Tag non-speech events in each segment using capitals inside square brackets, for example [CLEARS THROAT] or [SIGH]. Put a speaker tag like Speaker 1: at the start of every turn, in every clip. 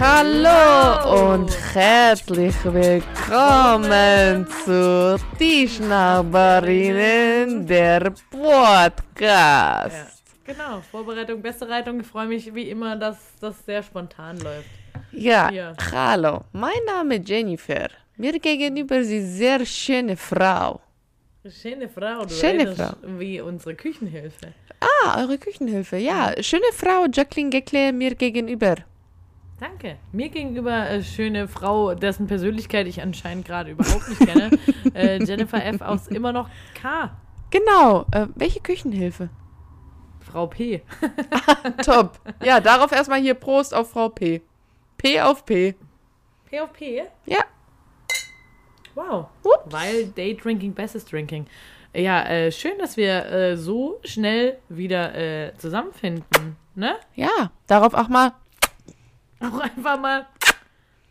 Speaker 1: Hallo und herzlich willkommen zu Tischnachbarinnen der
Speaker 2: Ja.
Speaker 1: Podcast.
Speaker 2: Genau, Vorbereitung, Besserreitung. Ich freue mich wie immer, dass das sehr spontan läuft.
Speaker 1: Ja,
Speaker 2: Ja.
Speaker 1: hallo, mein Name ist Jennifer. Mir gegenüber ist eine sehr schöne Frau.
Speaker 2: Schöne Frau, du
Speaker 1: Schöne
Speaker 2: redest
Speaker 1: Frau.
Speaker 2: wie unsere Küchenhilfe.
Speaker 1: Ah, eure Küchenhilfe. Ja, schöne Frau Jacqueline Gekle mir gegenüber.
Speaker 2: Danke. Mir gegenüber äh, schöne Frau, dessen Persönlichkeit ich anscheinend gerade überhaupt nicht
Speaker 1: [LAUGHS]
Speaker 2: kenne. äh, Jennifer F. aus immer noch K.
Speaker 1: Genau, äh, welche Küchenhilfe?
Speaker 2: Frau P.
Speaker 1: Top. Ja, darauf erstmal hier Prost auf Frau P. P auf P.
Speaker 2: P auf P?
Speaker 1: Ja.
Speaker 2: Wow.
Speaker 1: Ups.
Speaker 2: Weil Day Drinking Best is Drinking. Ja, äh, schön, dass wir äh, so schnell wieder äh, zusammenfinden. Ne?
Speaker 1: Ja, darauf auch mal
Speaker 2: Auch einfach mal.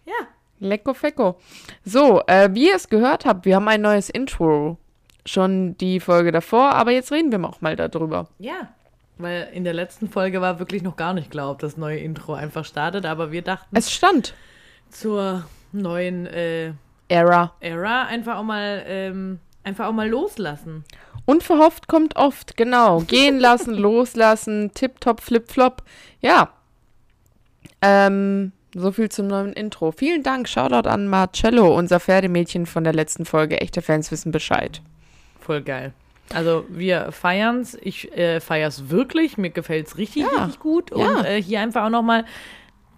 Speaker 2: Ja,
Speaker 1: Lecko Fecko. So, äh, wie ihr es gehört habt, wir haben ein neues Intro. Schon die Folge davor, aber jetzt reden wir auch mal darüber.
Speaker 2: Ja, weil in der letzten Folge war wirklich noch gar nicht klar, ob das neue Intro einfach startet, aber wir dachten
Speaker 1: Es stand
Speaker 2: zur neuen äh,
Speaker 1: Era.
Speaker 2: Era einfach auch mal ähm, einfach auch mal loslassen.
Speaker 1: Unverhofft kommt oft, genau. Gehen lassen, loslassen, tipptopp, flip-flop. Ja. Ähm, so viel zum neuen Intro. Vielen Dank. Shoutout an Marcello, unser Pferdemädchen von der letzten Folge. Echte Fans wissen Bescheid.
Speaker 2: Voll geil. Also wir feiern's, ich äh, feier's wirklich, mir gefällt's richtig,
Speaker 1: Ja.
Speaker 2: richtig gut
Speaker 1: Ja.
Speaker 2: und äh, hier einfach auch noch mal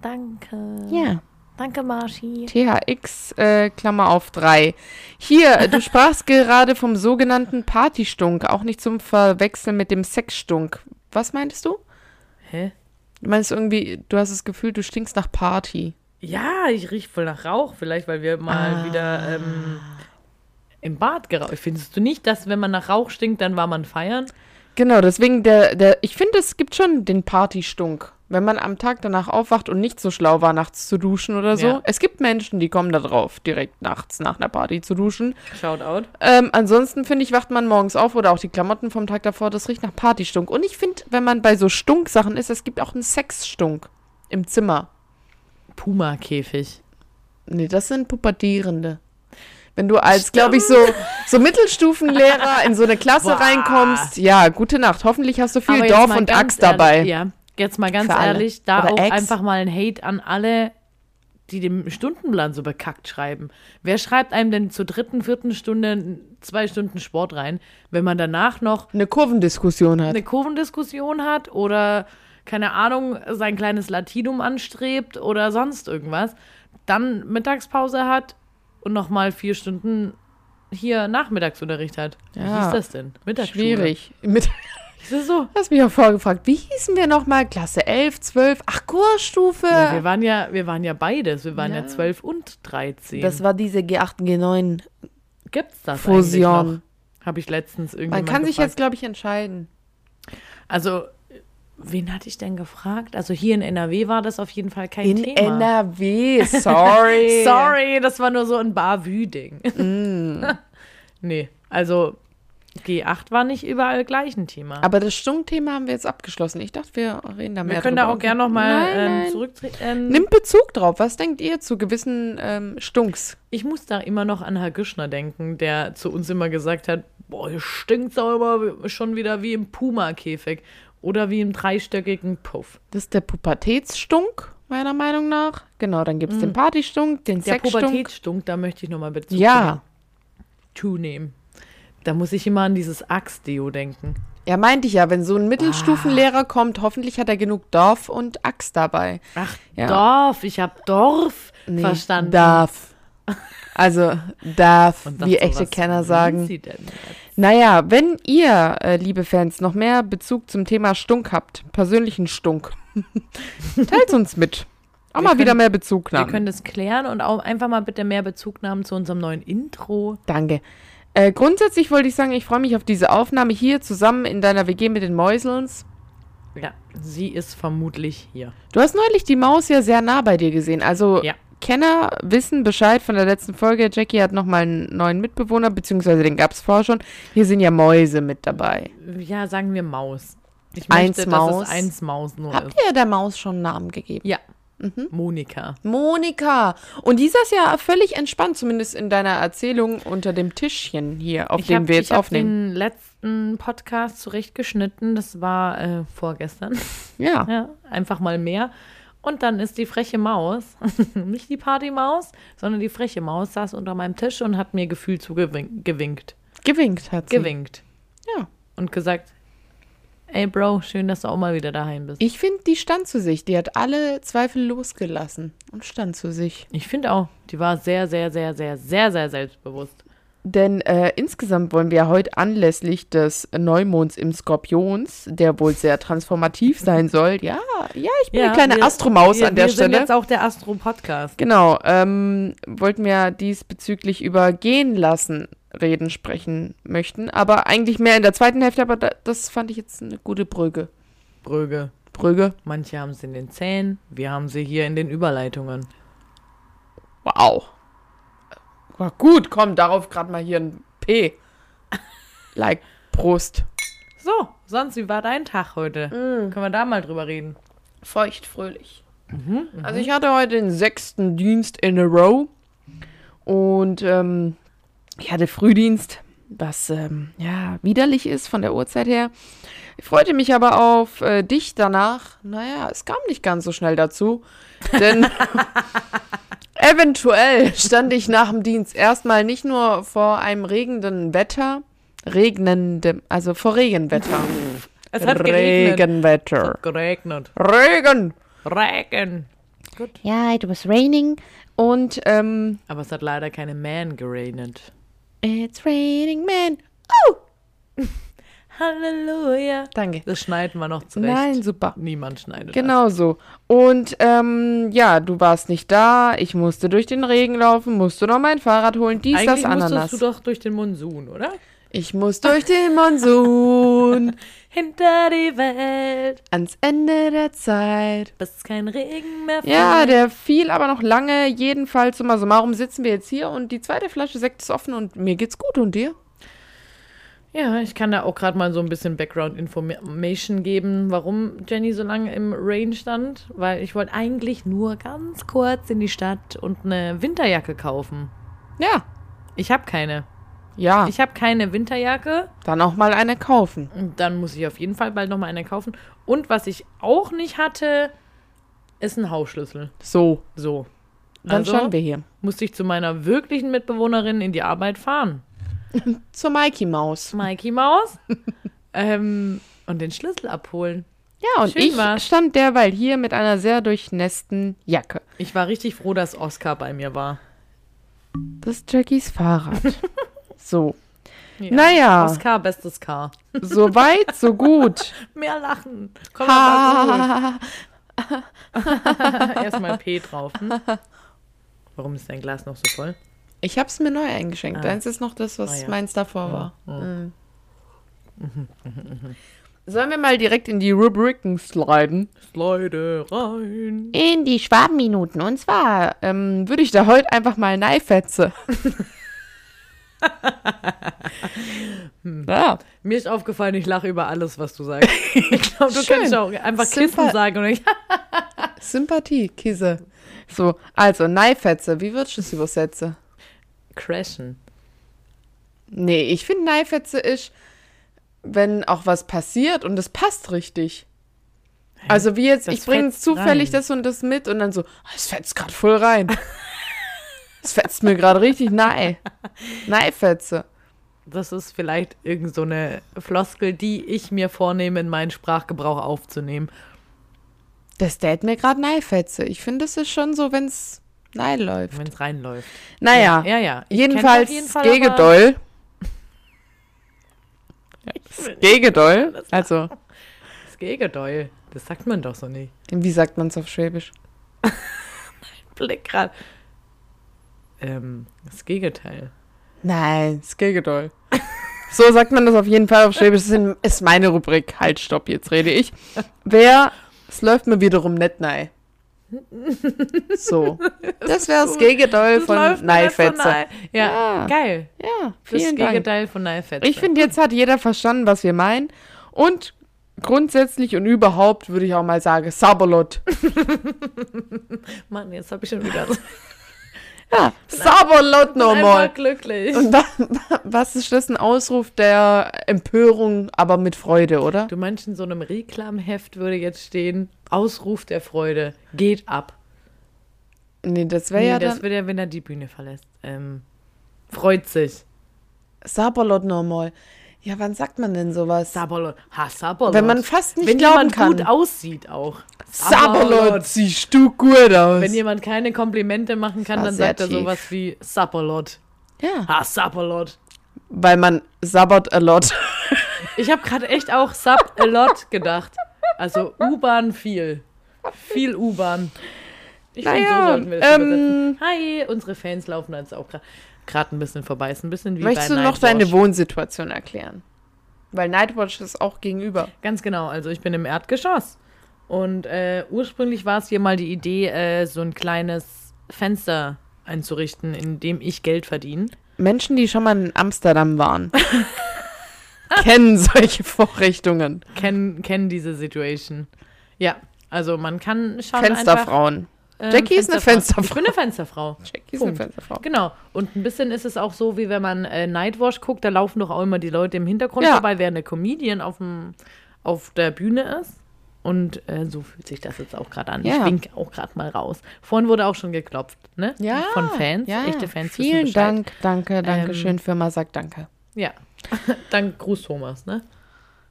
Speaker 2: Danke.
Speaker 1: Ja.
Speaker 2: Danke Marschi.
Speaker 1: THX, äh, Klammer auf 3. Hier, äh, du sprachst [LAUGHS] gerade vom sogenannten Partystunk, auch nicht zum Verwechseln mit dem Sexstunk. Was meintest du?
Speaker 2: Hä?
Speaker 1: Du meinst irgendwie, du hast das Gefühl, du stinkst nach Party.
Speaker 2: Ja, ich riech voll nach Rauch. Vielleicht, weil wir
Speaker 1: Ah.
Speaker 2: mal wieder ähm, im Bad geraucht. Findest du nicht, dass wenn man nach Rauch stinkt, dann war man feiern?
Speaker 1: Genau, deswegen der, der ich finde, es gibt schon den Partystunk. Wenn man am Tag danach aufwacht und nicht so schlau war, nachts zu duschen oder so.
Speaker 2: Ja.
Speaker 1: Es gibt Menschen, die kommen da drauf, direkt nachts nach einer Party zu duschen.
Speaker 2: Shoutout.
Speaker 1: Ähm, ansonsten finde ich, wacht man morgens auf oder auch die Klamotten vom Tag davor, das riecht nach Partystunk. Und ich finde, wenn man bei so Stunk-Sachen ist, es gibt auch einen Sexstunk im Zimmer.
Speaker 2: Puma-Käfig.
Speaker 1: Nee, das sind Pubertierende. Wenn du als, glaube ich, so, so Mittelstufenlehrer in so eine Klasse
Speaker 2: Boah.
Speaker 1: reinkommst, ja, gute Nacht. Hoffentlich hast du viel
Speaker 2: Aber jetzt
Speaker 1: Dorf
Speaker 2: mal
Speaker 1: und
Speaker 2: ganz
Speaker 1: Axt dabei.
Speaker 2: Ehrlich, ja, jetzt mal ganz
Speaker 1: Für alle.
Speaker 2: ehrlich, da
Speaker 1: Oder
Speaker 2: auch
Speaker 1: Ex.
Speaker 2: einfach mal ein Hate an alle, die den Stundenplan so bekackt schreiben. Wer schreibt einem denn zur dritten, vierten Stunde zwei Stunden Sport rein, wenn man danach noch
Speaker 1: Eine Kurvendiskussion hat.
Speaker 2: eine Kurvendiskussion hat oder keine Ahnung, sein kleines Latinum anstrebt oder sonst irgendwas, dann Mittagspause hat und nochmal vier Stunden hier Nachmittagsunterricht hat. Wie
Speaker 1: Ja.
Speaker 2: hieß das denn? Mittagsschule.
Speaker 1: Schwierig. Mit, [LAUGHS]
Speaker 2: Ist das so?
Speaker 1: hast mich auch vorgefragt, wie hießen wir nochmal? Klasse 11, 12, ach, Kursstufe.
Speaker 2: Ja, wir, waren ja, wir waren ja beides. Wir waren ja,
Speaker 1: Ja.
Speaker 2: 12 und 13.
Speaker 1: das war diese G8, G9.
Speaker 2: Gibt's das
Speaker 1: Fusion.
Speaker 2: Also eigentlich noch? Habe ich letztens irgendwie
Speaker 1: Man kann sich jetzt, glaube ich, entscheiden.
Speaker 2: Also, wen hatte ich denn gefragt? Also hier in NRW war das auf jeden Fall kein
Speaker 1: In
Speaker 2: Thema. [LAUGHS]
Speaker 1: NRW, sorry.
Speaker 2: Sorry, das war nur so ein Bavü-Ding.
Speaker 1: Mm.
Speaker 2: [LAUGHS] nee, also G8 war nicht überall gleich ein Thema.
Speaker 1: Aber das Stunk-Thema haben wir jetzt abgeschlossen. Ich dachte, wir reden da mehr
Speaker 2: Wir können da
Speaker 1: drüber.
Speaker 2: auch gerne nochmal
Speaker 1: Nein,
Speaker 2: ähm,
Speaker 1: nein.
Speaker 2: zurücktreten. Ähm,
Speaker 1: Nimmt Bezug drauf. Was denkt ihr zu gewissen ähm, Stunks?
Speaker 2: Ich muss da immer noch an Herr Güschner denken, der zu uns immer gesagt hat, boah, ihr stinkt sauber schon wieder wie im Puma-Käfig oder wie im dreistöckigen Puff.
Speaker 1: Das ist der Pubertätsstunk, meiner Meinung nach. Genau, dann gibt es den Partystunk, den
Speaker 2: Mhm. Der
Speaker 1: Sexstunk.
Speaker 2: Pubertätsstunk, da möchte ich nochmal Bezug
Speaker 1: Ja,
Speaker 2: zu nehmen. Da muss ich immer an dieses Axt-Deo denken.
Speaker 1: ja, meinte ich ja. Wenn so ein
Speaker 2: Ah.
Speaker 1: Mittelstufenlehrer kommt, hoffentlich hat er genug Dorf und Axt dabei.
Speaker 2: Ach,
Speaker 1: Ja.
Speaker 2: Dorf, ich habe Dorf
Speaker 1: Nee,
Speaker 2: verstanden. [LAUGHS]
Speaker 1: Darf. Also, darf,
Speaker 2: Und
Speaker 1: wie
Speaker 2: dachte so,
Speaker 1: echte
Speaker 2: was
Speaker 1: Kenner
Speaker 2: will
Speaker 1: sagen.
Speaker 2: sie denn jetzt?
Speaker 1: Naja, wenn ihr, äh, liebe Fans, noch mehr Bezug zum Thema Stunk habt, persönlichen
Speaker 2: [LAUGHS]
Speaker 1: Stunk, teilt uns mit. Auch
Speaker 2: Wir
Speaker 1: mal
Speaker 2: können-
Speaker 1: wieder mehr
Speaker 2: Wir
Speaker 1: Bezugnahmen.
Speaker 2: können das klären und auch einfach mal bitte mehr Bezugnahmen zu unserem neuen Intro.
Speaker 1: Danke. Äh, grundsätzlich wollte ich sagen, ich freue mich auf diese Aufnahme hier zusammen in deiner WG mit den Mäuselns.
Speaker 2: Ja, sie ist vermutlich hier.
Speaker 1: Du hast neulich die Maus ja sehr nah bei dir gesehen. Also
Speaker 2: Ja.
Speaker 1: Kenner wissen Bescheid von der letzten Folge. Jackie hat nochmal einen neuen Mitbewohner, beziehungsweise den gab es vorher schon. Hier sind ja Mäuse mit dabei.
Speaker 2: Ja, sagen wir Maus. Ich
Speaker 1: Eins
Speaker 2: möchte, dass
Speaker 1: Maus.
Speaker 2: es eins Maus nur
Speaker 1: Habt
Speaker 2: ist.
Speaker 1: ihr der Maus schon einen Namen gegeben?
Speaker 2: Ja, Monika.
Speaker 1: Monika. Und die saß ja völlig entspannt, zumindest in deiner Erzählung unter dem Tischchen hier, auf
Speaker 2: Ich
Speaker 1: dem
Speaker 2: hab-
Speaker 1: wir jetzt
Speaker 2: ich hab
Speaker 1: aufnehmen.
Speaker 2: den letzten Podcast zurechtgeschnitten. Das war äh,
Speaker 1: [LAUGHS]
Speaker 2: vorgestern.
Speaker 1: Ja.
Speaker 2: Ja, einfach mal mehr. Und dann ist die freche Maus, [LAUGHS] nicht die Partymaus, sondern die freche Maus saß unter meinem Tisch und hat mir gefühlt zugewinkt, gewinkt,
Speaker 1: gewinkt hat sie.
Speaker 2: gewinkt
Speaker 1: Ja.
Speaker 2: und gesagt, ey Bro, schön, dass du auch mal wieder daheim bist.
Speaker 1: Ich finde, die stand zu sich. Die hat alle Zweifel losgelassen und stand zu sich.
Speaker 2: Ich finde auch, die war sehr, sehr, sehr, sehr, sehr, sehr selbstbewusst.
Speaker 1: Denn äh, insgesamt wollen wir heute anlässlich des Neumonds im Skorpions, der wohl sehr transformativ
Speaker 2: [LAUGHS]
Speaker 1: sein soll. Ja, ja, ich bin eine kleine
Speaker 2: wir-
Speaker 1: Astromaus
Speaker 2: wir,
Speaker 1: an der
Speaker 2: wir
Speaker 1: Stelle.
Speaker 2: Sind jetzt auch der Astro-Podcast.
Speaker 1: Genau, ähm, wollten wir diesbezüglich über gehen lassen reden sprechen möchten, aber eigentlich mehr in der zweiten Hälfte, aber da, das fand ich jetzt eine gute Brücke.
Speaker 2: Brügge.
Speaker 1: Brücke.
Speaker 2: Manche haben sie in den Zähnen, wir haben sie hier in den Überleitungen.
Speaker 1: Wow. War gut, komm, darauf gerade mal hier ein P. Like Brust.
Speaker 2: So, sonst, wie war dein Tag heute? Können wir da mal drüber reden?
Speaker 1: Feucht, fröhlich.
Speaker 2: Mhm.
Speaker 1: Also ich hatte heute den sechsten Dienst in a row und ähm, ich hatte Frühdienst, was ähm, ja widerlich ist von der Uhrzeit her. Ich freute mich aber auf äh, dich danach. Naja, es kam nicht ganz so schnell dazu,
Speaker 2: [LAUGHS]
Speaker 1: denn eventuell stand ich nach dem Dienst erstmal nicht nur vor einem regenden Wetter, regnendem, also vor Regenwetter.
Speaker 2: Es hat geregnet.
Speaker 1: Regenwetter.
Speaker 2: Geregnet.
Speaker 1: Regen!
Speaker 2: Regen.
Speaker 1: Ja, it was raining. Und ähm,
Speaker 2: Aber es hat leider keine Man geregnet.
Speaker 1: it's raining man.
Speaker 2: Halleluja.
Speaker 1: Danke.
Speaker 2: Das schneiden wir noch zurecht.
Speaker 1: Nein, super.
Speaker 2: Niemand schneidet
Speaker 1: Genau so. Und ähm, ja, du warst nicht da. Ich musste durch den Regen laufen, musste noch mein Fahrrad holen. Dies,
Speaker 2: das. Eigentlich
Speaker 1: das, Ananas.
Speaker 2: musstest du doch durch den Monsun, oder?
Speaker 1: ich muss durch den Monsun
Speaker 2: Hinter die Welt,
Speaker 1: [LAUGHS] ans Ende der Zeit.
Speaker 2: bis kein Regen mehr fällt.
Speaker 1: Ja, der fiel aber noch lange. Jedenfalls, summa summarum sitzen wir jetzt hier und die zweite Flasche Sekt ist offen und mir geht's gut und dir?
Speaker 2: ja, ich kann da auch gerade mal so ein bisschen Background-Information geben, warum Jenny so lange im Rain stand. Weil ich wollte eigentlich nur ganz kurz in die Stadt und eine Winterjacke kaufen.
Speaker 1: Ja.
Speaker 2: Ich habe keine.
Speaker 1: Ja,
Speaker 2: Ich habe keine Winterjacke.
Speaker 1: dann auch mal eine kaufen.
Speaker 2: Und dann muss ich auf jeden Fall bald nochmal eine kaufen. Und was ich auch nicht hatte, ist ein Hausschlüssel.
Speaker 1: So,
Speaker 2: So.
Speaker 1: dann
Speaker 2: Also?
Speaker 1: schauen wir hier.
Speaker 2: Musste ich zu meiner wirklichen Mitbewohnerin in die Arbeit fahren.
Speaker 1: Zur Mikey Maus.
Speaker 2: Mikey Maus. ähm, und den Schlüssel abholen.
Speaker 1: Ja, und
Speaker 2: Schön
Speaker 1: ich
Speaker 2: war's.
Speaker 1: stand derweil hier mit einer sehr durchnässten Jacke.
Speaker 2: Ich war richtig froh, dass Oscar bei mir war.
Speaker 1: Das ist Jackies [LAUGHS] Fahrrad. so.
Speaker 2: Ja.
Speaker 1: Naja,
Speaker 2: Oscar, bestes Car.
Speaker 1: so weit, so gut.
Speaker 2: Mehr lachen. Komm mal
Speaker 1: Ha.
Speaker 2: [LAUGHS] Erstmal P drauf. Hm? Warum ist dein Glas noch so voll?
Speaker 1: [LAUGHS] Ich hab's mir neu eingeschenkt.
Speaker 2: Ah.
Speaker 1: Deins ist noch das, was
Speaker 2: Ah, ja.
Speaker 1: meins davor war. Mhm. [LAUGHS] Sollen wir mal direkt in die Rubriken sliden?
Speaker 2: Leute, rein.
Speaker 1: In die Schwabenminuten. Und zwar ähm, würde ich da heute einfach mal [LAUGHS] Neifetze. ja.
Speaker 2: Mir ist aufgefallen, ich lache über alles, was du
Speaker 1: [LAUGHS]
Speaker 2: sagst. Ich glaube, du
Speaker 1: Schön.
Speaker 2: kannst auch einfach Kissen
Speaker 1: Super.
Speaker 2: sagen und ich [LAUGHS]
Speaker 1: Sympathie, Kise. So, also Neifetze, wie würdest du es übersetzen?
Speaker 2: crashen.
Speaker 1: Nee, ich finde Neifetze ist, wenn auch was passiert und es passt richtig. Also wie jetzt,
Speaker 2: Das
Speaker 1: ich bringe
Speaker 2: fetzt
Speaker 1: zufällig
Speaker 2: rein.
Speaker 1: das und das mit und dann so, ah, es fetzt gerade voll
Speaker 2: [LAUGHS]
Speaker 1: rein. Es fetzt mir gerade richtig nei. Neifetze.
Speaker 2: Das ist vielleicht irgend so eine Floskel, die ich mir vornehme, in meinen Sprachgebrauch aufzunehmen.
Speaker 1: Das dät mir gerade Neifetze. Ich finde, es ist schon so, wenn es nei läuft.
Speaker 2: Wenn es reinläuft.
Speaker 1: Naja,
Speaker 2: Ja, ja. Ich
Speaker 1: jedenfalls
Speaker 2: kenn's auf jeden Fall, aber- [LAUGHS]
Speaker 1: Gegedoll. Gegedoll? Also,
Speaker 2: Das Gegedoll. Das sagt man doch so nicht.
Speaker 1: Wie sagt man es auf Schwäbisch?
Speaker 2: Blick gerade. Ähm, das Gegenteil.
Speaker 1: Nein,
Speaker 2: [LAUGHS]
Speaker 1: Skilgedoll. so sagt man das auf jeden Fall auf Schwäbisch. Das sind- ist meine Rubrik. Halt, stopp, jetzt rede ich. Wer, es läuft mir wiederum nicht nein. So.
Speaker 2: [LAUGHS]
Speaker 1: Das wäre das Gegenteil
Speaker 2: Das läuft
Speaker 1: von
Speaker 2: mir nicht so
Speaker 1: Neifetze.
Speaker 2: nahe. Ja,
Speaker 1: Ja.
Speaker 2: geil.
Speaker 1: Ja,
Speaker 2: Das
Speaker 1: vielen Dank.
Speaker 2: Gegenteil von Neifetze.
Speaker 1: Ich finde, jetzt hat jeder verstanden, was wir meinen. Und grundsätzlich und überhaupt würde ich auch mal sagen, Sabolot.
Speaker 2: Mann, jetzt habe ich
Speaker 1: [LAUGHS]
Speaker 2: schon wieder
Speaker 1: Ja, Sabolot nochmal.
Speaker 2: einfach glücklich.
Speaker 1: Und dann, was ist das? Ein Ausruf der Empörung, aber mit Freude, oder?
Speaker 2: Du meinst, in so einem Reklamheft würde jetzt stehen, Ausruf der Freude, geht ab.
Speaker 1: Nee, das wäre
Speaker 2: Nee,
Speaker 1: ja
Speaker 2: das
Speaker 1: dann
Speaker 2: wird er, wenn er die Bühne verlässt. Ähm, freut sich.
Speaker 1: Sabolot nochmal. Ja, wann sagt man denn sowas?
Speaker 2: Sabolot. Ha, Sabolot.
Speaker 1: Wenn man fast nicht
Speaker 2: Wenn
Speaker 1: glauben
Speaker 2: jemand
Speaker 1: kann.
Speaker 2: gut aussieht auch.
Speaker 1: Sabolot, siehst du gut aus.
Speaker 2: Wenn jemand keine Komplimente machen kann,
Speaker 1: war
Speaker 2: dann
Speaker 1: sehr
Speaker 2: sagt er
Speaker 1: tief.
Speaker 2: sowas wie Sabolot.
Speaker 1: ja,
Speaker 2: Ha, Sabolot.
Speaker 1: weil man sabbert a lot.
Speaker 2: Ich habe gerade echt auch Sub a lot gedacht. Also U-Bahn viel. Viel U-Bahn. Ich find,
Speaker 1: Naja,
Speaker 2: sollten wir das
Speaker 1: ähm,
Speaker 2: übersetzen. Hi, unsere Fans laufen jetzt auch gerade ein bisschen vorbei. Ist ein bisschen wie
Speaker 1: Möchtest
Speaker 2: bei
Speaker 1: du noch
Speaker 2: Nightwatch.
Speaker 1: deine Wohnsituation erklären? Weil Nightwatch ist auch gegenüber.
Speaker 2: Ganz genau, also ich bin im Erdgeschoss. Und äh, ursprünglich war es hier mal die Idee, äh, so ein kleines Fenster einzurichten, in dem ich Geld verdiene.
Speaker 1: Menschen, die schon mal in Amsterdam waren, kennen solche Vorrichtungen.
Speaker 2: Kennen kennen diese Situation. Ja, also man kann schon einfach...
Speaker 1: Fensterfrauen.
Speaker 2: ähm,
Speaker 1: Jackie ist eine Fensterfrau.
Speaker 2: Ich bin eine Fensterfrau.
Speaker 1: Jackie ist eine
Speaker 2: Punkt.
Speaker 1: Fensterfrau.
Speaker 2: Genau. Und ein bisschen ist es auch so, wie wenn man äh, Nightwash guckt, da laufen doch auch immer die Leute im Hintergrund
Speaker 1: Ja.
Speaker 2: vorbei, während der Comedian auf, dem, auf der Bühne ist. Und äh, so fühlt sich das jetzt auch gerade an. Ich
Speaker 1: Ja.
Speaker 2: wink auch gerade mal raus. Vorhin wurde auch schon geklopft, ne? Von Fans,
Speaker 1: ja.
Speaker 2: echte Fans. wissen
Speaker 1: Vielen
Speaker 2: Bescheid.
Speaker 1: Dank, danke, danke
Speaker 2: Ähm.
Speaker 1: schön. Firma sagt danke.
Speaker 2: Ja. [LAUGHS] Dank Gruß Thomas, ne?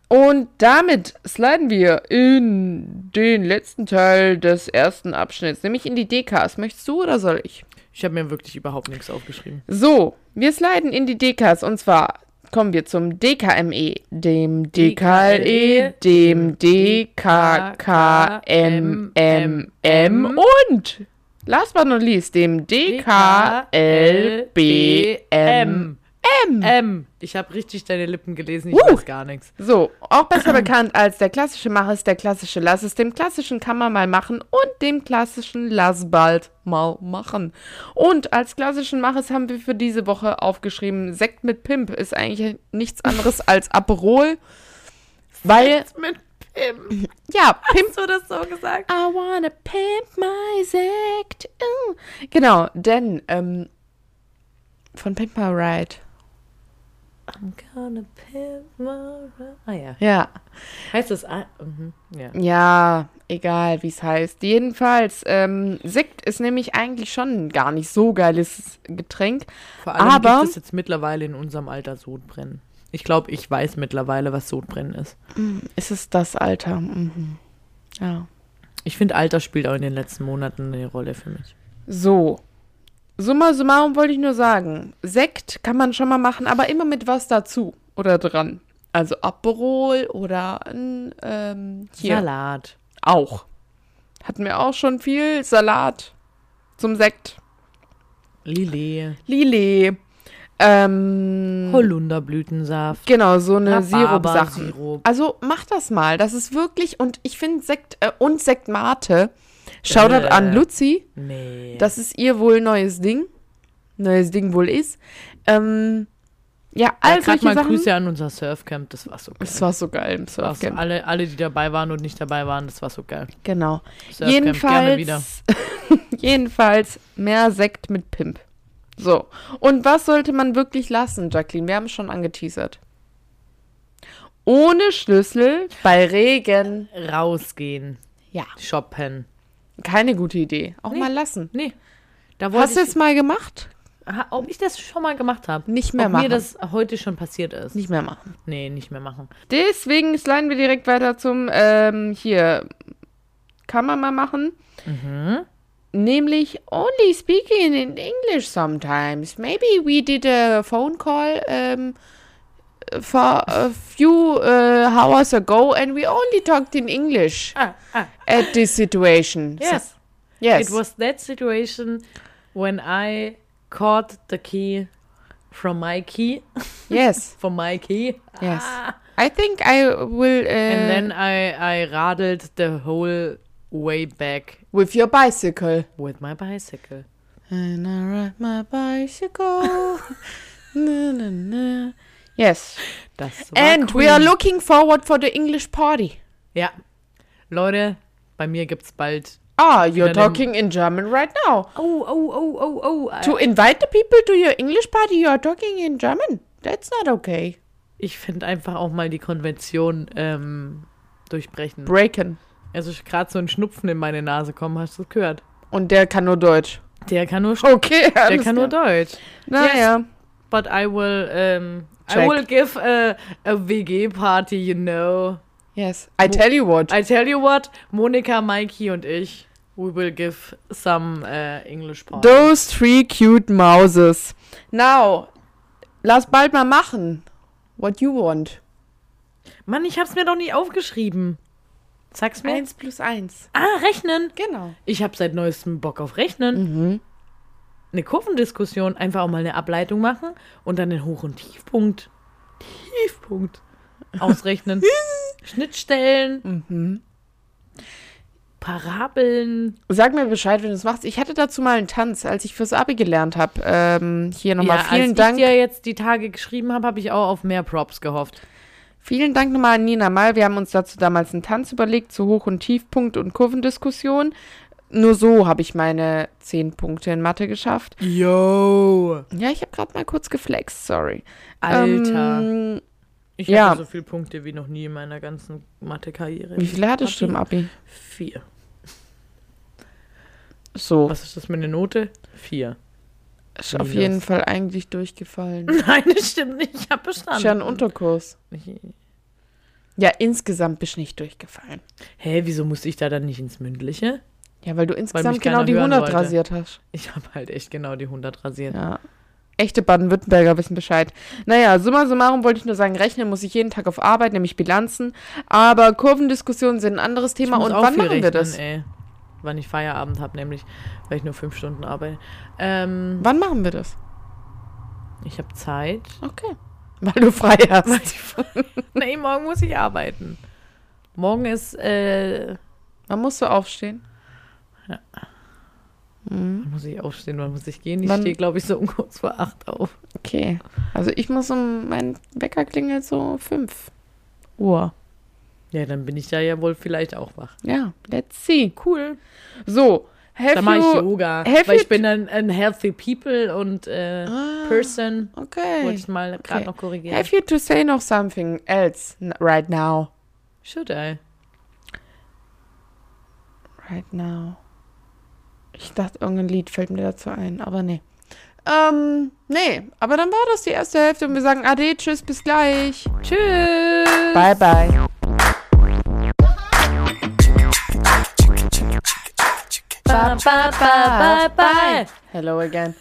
Speaker 1: Und damit sliden wir in den letzten Teil des ersten Abschnitts, nämlich in die DKs. Möchtest du oder soll ich?
Speaker 2: Ich habe mir wirklich überhaupt nichts aufgeschrieben.
Speaker 1: So, wir sliden in die DKs und zwar kommen wir zum DKME, E, dem
Speaker 2: DKLE,
Speaker 1: DKLE, E, dem
Speaker 2: DKKMMM
Speaker 1: DKKMMM und last but not least dem DKLBM.
Speaker 2: M. M. Ich habe richtig deine Lippen gelesen, ich
Speaker 1: Wuh.
Speaker 2: weiß gar nichts.
Speaker 1: So, auch besser bekannt als der klassische Mach es, der klassische Lass es, dem klassischen Kann man mal machen und dem klassischen Lass bald mal machen. Und als klassischen Mach es haben wir für diese Woche aufgeschrieben, Sekt mit Pimp ist eigentlich nichts anderes als Aperol, weil,
Speaker 2: Mit Pim.
Speaker 1: ja, Pimp
Speaker 2: Hast du das so gesagt?
Speaker 1: I wanna pimp my Sekt. Ooh. Genau, denn ähm, von Pimp My Ride.
Speaker 2: I'm gonna pimp my ride. Ah ja.
Speaker 1: Ja,
Speaker 2: Heißt das? Ah, mhm, ja.
Speaker 1: Ja, egal wie es heißt. Jedenfalls, ähm, Sekt ist nämlich eigentlich schon gar nicht so geiles Getränk.
Speaker 2: Vor allem
Speaker 1: Aber-
Speaker 2: gibt es jetzt mittlerweile in unserem Alter Sodbrennen. Ich glaube, ich weiß mittlerweile, was Sodbrennen ist.
Speaker 1: Ist es das Alter? Mhm. Ja.
Speaker 2: Ich finde, Alter spielt auch in den letzten Monaten eine Rolle für mich.
Speaker 1: So. Summa summarum wollte ich nur sagen, Sekt kann man schon mal machen, aber immer mit was dazu oder dran. Also Aperol oder ein ähm, hier.
Speaker 2: Salat.
Speaker 1: Auch. Hatten wir auch schon viel Salat zum Sekt.
Speaker 2: Lillet.
Speaker 1: Lillet. Ähm,
Speaker 2: Holunderblütensaft.
Speaker 1: Genau, so eine
Speaker 2: Rhabarber,
Speaker 1: Sirup-Sachen.
Speaker 2: Sirup.
Speaker 1: Also mach das mal. Das ist wirklich, und ich finde Sekt äh, und Sekt Mate. Shoutout
Speaker 2: Äh.
Speaker 1: an Luzi.
Speaker 2: Nee.
Speaker 1: Das ist ihr wohl neues Ding. Neues Ding wohl ist. Ähm, ja, all
Speaker 2: Gerade
Speaker 1: solche
Speaker 2: mal
Speaker 1: Sachen.
Speaker 2: Grüße an unser Surfcamp, das war so geil.
Speaker 1: Das war so geil im
Speaker 2: Das war so,
Speaker 1: Surfcamp.
Speaker 2: alle, alle, die dabei waren und nicht dabei waren, das war so geil.
Speaker 1: Genau.
Speaker 2: Surfcamp gerne wieder.
Speaker 1: jedenfalls, [LAUGHS] jedenfalls mehr Sekt mit Pimp. So. Und was sollte man wirklich lassen, Jacqueline? Wir haben es schon angeteasert. Ohne Schlüssel bei Regen.
Speaker 2: Rausgehen,
Speaker 1: Ja.
Speaker 2: shoppen.
Speaker 1: Keine gute Idee. Auch
Speaker 2: Nee.
Speaker 1: mal lassen.
Speaker 2: Nee. Da wollte
Speaker 1: Hast du
Speaker 2: ich-
Speaker 1: es mal gemacht?
Speaker 2: Ha- ob ich das schon mal gemacht habe.
Speaker 1: Nicht mehr
Speaker 2: ob mir
Speaker 1: machen.
Speaker 2: das heute schon passiert ist.
Speaker 1: Nicht mehr machen.
Speaker 2: Nee, nicht mehr machen.
Speaker 1: Deswegen sliden wir direkt weiter zum, ähm, hier, kann man mal machen.
Speaker 2: Mhm.
Speaker 1: Nämlich, only speaking in English sometimes. Maybe we did a phone call ähm, for a few uh, hours ago and we only talked in English
Speaker 2: Ah, ah,
Speaker 1: at this situation.
Speaker 2: yes.
Speaker 1: Yes.
Speaker 2: It was that situation when I caught the key from my key,
Speaker 1: yes.
Speaker 2: from my key.
Speaker 1: Yes.
Speaker 2: Ah.
Speaker 1: I think I will. Uh,
Speaker 2: And then I, I radeled the whole way back
Speaker 1: with your bicycle.
Speaker 2: with my bicycle.
Speaker 1: [LAUGHS] And I ride my bicycle. na, na, na. Yes.
Speaker 2: Das war
Speaker 1: And we
Speaker 2: Queen.
Speaker 1: are looking forward for the English party.
Speaker 2: Ja. Leute, bei mir gibt's bald.
Speaker 1: Ah, you're
Speaker 2: Wieder dem-
Speaker 1: talking in German right now.
Speaker 2: Oh, oh, oh, oh, oh.
Speaker 1: To invite the people to your English party, you are talking in German. That's not okay.
Speaker 2: Ich finde einfach auch mal die Konvention ähm, durchbrechen.
Speaker 1: Breaken.
Speaker 2: Also gerade so ein Schnupfen in meine Nase kommen, hast du gehört?
Speaker 1: Und der kann nur Deutsch.
Speaker 2: Der kann nur, Sch-
Speaker 1: Okay,
Speaker 2: der kann nur
Speaker 1: Deutsch.
Speaker 2: Deutsch.
Speaker 1: Naja.
Speaker 2: But I will, ähm, I
Speaker 1: Check.
Speaker 2: will give a, a WG party, you know.
Speaker 1: Yes. I tell you what.
Speaker 2: I tell you what, Monika, Mikey und ich, we will give some äh, English party.
Speaker 1: Oh. Those three cute Mouses. Now, lass bald mal machen. What you want.
Speaker 2: Mann, ich hab's mir doch nicht aufgeschrieben. Sag's mir.
Speaker 1: Eins plus eins.
Speaker 2: Ah, rechnen.
Speaker 1: Genau.
Speaker 2: Ich hab seit neuestem Bock auf Rechnen.
Speaker 1: Mhm.
Speaker 2: Eine Kurvendiskussion, einfach auch mal eine Ableitung machen und dann den Hoch- und Tiefpunkt. Tiefpunkt.
Speaker 1: [LAUGHS]
Speaker 2: Ausrechnen. Schnittstellen.
Speaker 1: Mhm.
Speaker 2: Parabeln.
Speaker 1: Sag mir Bescheid, wenn du es machst. Ich hatte dazu mal einen Tanz, als ich fürs Abi gelernt habe. Ähm, hier nochmal
Speaker 2: als
Speaker 1: vielen
Speaker 2: ich
Speaker 1: Dank.
Speaker 2: dir jetzt die Tage geschrieben habe, habe ich auch auf mehr Props gehofft.
Speaker 1: Vielen Dank nochmal an Nina Mal. Wir haben uns dazu damals einen Tanz überlegt zu Hoch- und Tiefpunkt und Kurvendiskussion. Nur so habe ich meine zehn Punkte in Mathe geschafft.
Speaker 2: Yo.
Speaker 1: Ja, ich habe gerade mal kurz geflext, sorry.
Speaker 2: Alter.
Speaker 1: Ähm,
Speaker 2: ich
Speaker 1: ja.
Speaker 2: hatte so viele Punkte wie noch nie in meiner ganzen Mathe-Karriere.
Speaker 1: wie viele hattest du im
Speaker 2: Abi?
Speaker 1: Abi?
Speaker 2: Vier.
Speaker 1: So,
Speaker 2: Was ist das mit einer Note? Vier.
Speaker 1: ist auf
Speaker 2: minus?
Speaker 1: jeden Fall eigentlich durchgefallen.
Speaker 2: [LAUGHS] Nein, das stimmt nicht. Ich habe
Speaker 1: Ist ja ein
Speaker 2: bestanden.
Speaker 1: Unterkurs.
Speaker 2: Ich-
Speaker 1: Ja, insgesamt bist du nicht durchgefallen.
Speaker 2: Hä, wieso musste ich da dann nicht ins Mündliche?
Speaker 1: Ja, weil du insgesamt
Speaker 2: keiner
Speaker 1: genau die
Speaker 2: hören
Speaker 1: 100
Speaker 2: wollte.
Speaker 1: rasiert hast.
Speaker 2: Ich habe halt echt genau die 100 rasiert.
Speaker 1: Ja. Echte Baden-Württemberger wissen Bescheid. Naja, summa summarum wollte ich nur sagen, rechnen muss ich jeden Tag auf Arbeit, nämlich Bilanzen. Aber Kurvendiskussionen sind ein anderes
Speaker 2: Ich
Speaker 1: Thema.
Speaker 2: muss
Speaker 1: Und
Speaker 2: auch
Speaker 1: wann
Speaker 2: viel
Speaker 1: machen wir
Speaker 2: rechnen,
Speaker 1: das?
Speaker 2: Ey. Wann ich Feierabend habe, nämlich, weil ich nur fünf Stunden arbeite. Ähm,
Speaker 1: Wann machen wir das? [LAUGHS]
Speaker 2: ich habe Zeit.
Speaker 1: Okay. Weil du frei hast.
Speaker 2: nee, morgen muss ich arbeiten. Morgen ist, äh,
Speaker 1: Wann musst du aufstehen? Hm,
Speaker 2: wann muss ich aufstehen, wann muss ich gehen? Ich
Speaker 1: Wann-
Speaker 2: stehe, glaube ich, so um kurz vor acht auf.
Speaker 1: Okay. Also ich muss um, mein Wecker klingelt so 5 Uhr.
Speaker 2: Ja, dann bin ich da ja wohl vielleicht auch wach.
Speaker 1: Ja, let's see.
Speaker 2: Cool.
Speaker 1: So, have
Speaker 2: Da mache ich
Speaker 1: you...
Speaker 2: Yoga,
Speaker 1: have
Speaker 2: weil
Speaker 1: you-
Speaker 2: ich bin ein, ein healthy people und äh, person. Wollte
Speaker 1: Ah, Okay.
Speaker 2: ich mal
Speaker 1: Okay.
Speaker 2: gerade noch korrigieren.
Speaker 1: Have you to say noch something else n- right now?
Speaker 2: Should I?
Speaker 1: Right now. Ich dachte, irgendein Lied fällt mir dazu ein, aber nee. Ähm, nee, aber dann war das die erste Hälfte und wir sagen Ade, tschüss, bis gleich.
Speaker 2: Tschüss.
Speaker 1: Bye, bye.
Speaker 2: Bye, bye, bye, bye, bye.
Speaker 1: Hello again.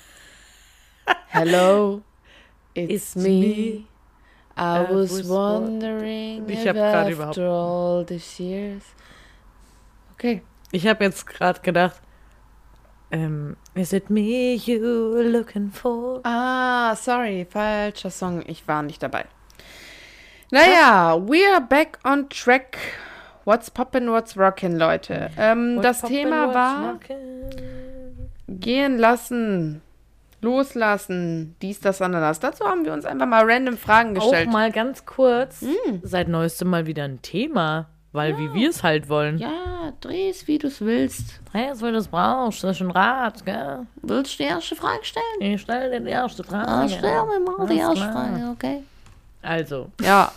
Speaker 1: Hello, [LAUGHS] it's,
Speaker 2: It's
Speaker 1: me.
Speaker 2: me.
Speaker 1: I
Speaker 2: I
Speaker 1: was
Speaker 2: was
Speaker 1: wondering
Speaker 2: Ich
Speaker 1: if
Speaker 2: hab grad überhaupt-
Speaker 1: after all these years. Okay.
Speaker 2: Ich habe jetzt gerade gedacht, ähm, is it me you looking for?
Speaker 1: Ah, sorry, falscher Song. Ich war nicht dabei. Naja, we are back on track. What's poppin', what's rockin', Leute. Ähm, das
Speaker 2: What's
Speaker 1: Thema
Speaker 2: poppin',
Speaker 1: war
Speaker 2: what's knockin'?
Speaker 1: gehen lassen, loslassen, dies, das, anderes. Dazu haben wir uns einfach mal random Fragen
Speaker 2: Auch
Speaker 1: gestellt.
Speaker 2: mal ganz kurz, seit neuestem mal wieder ein Thema, weil wie wir es halt wollen.
Speaker 1: Ja, dreh's, wie du's willst.
Speaker 2: Hey, so wie du es brauchst, das ist ein Rat, gell?
Speaker 1: Willst du die erste Frage stellen?
Speaker 2: Ich stelle dir die erste Frage. Ah, Alles klar.
Speaker 1: okay?
Speaker 2: Also,
Speaker 1: Ja,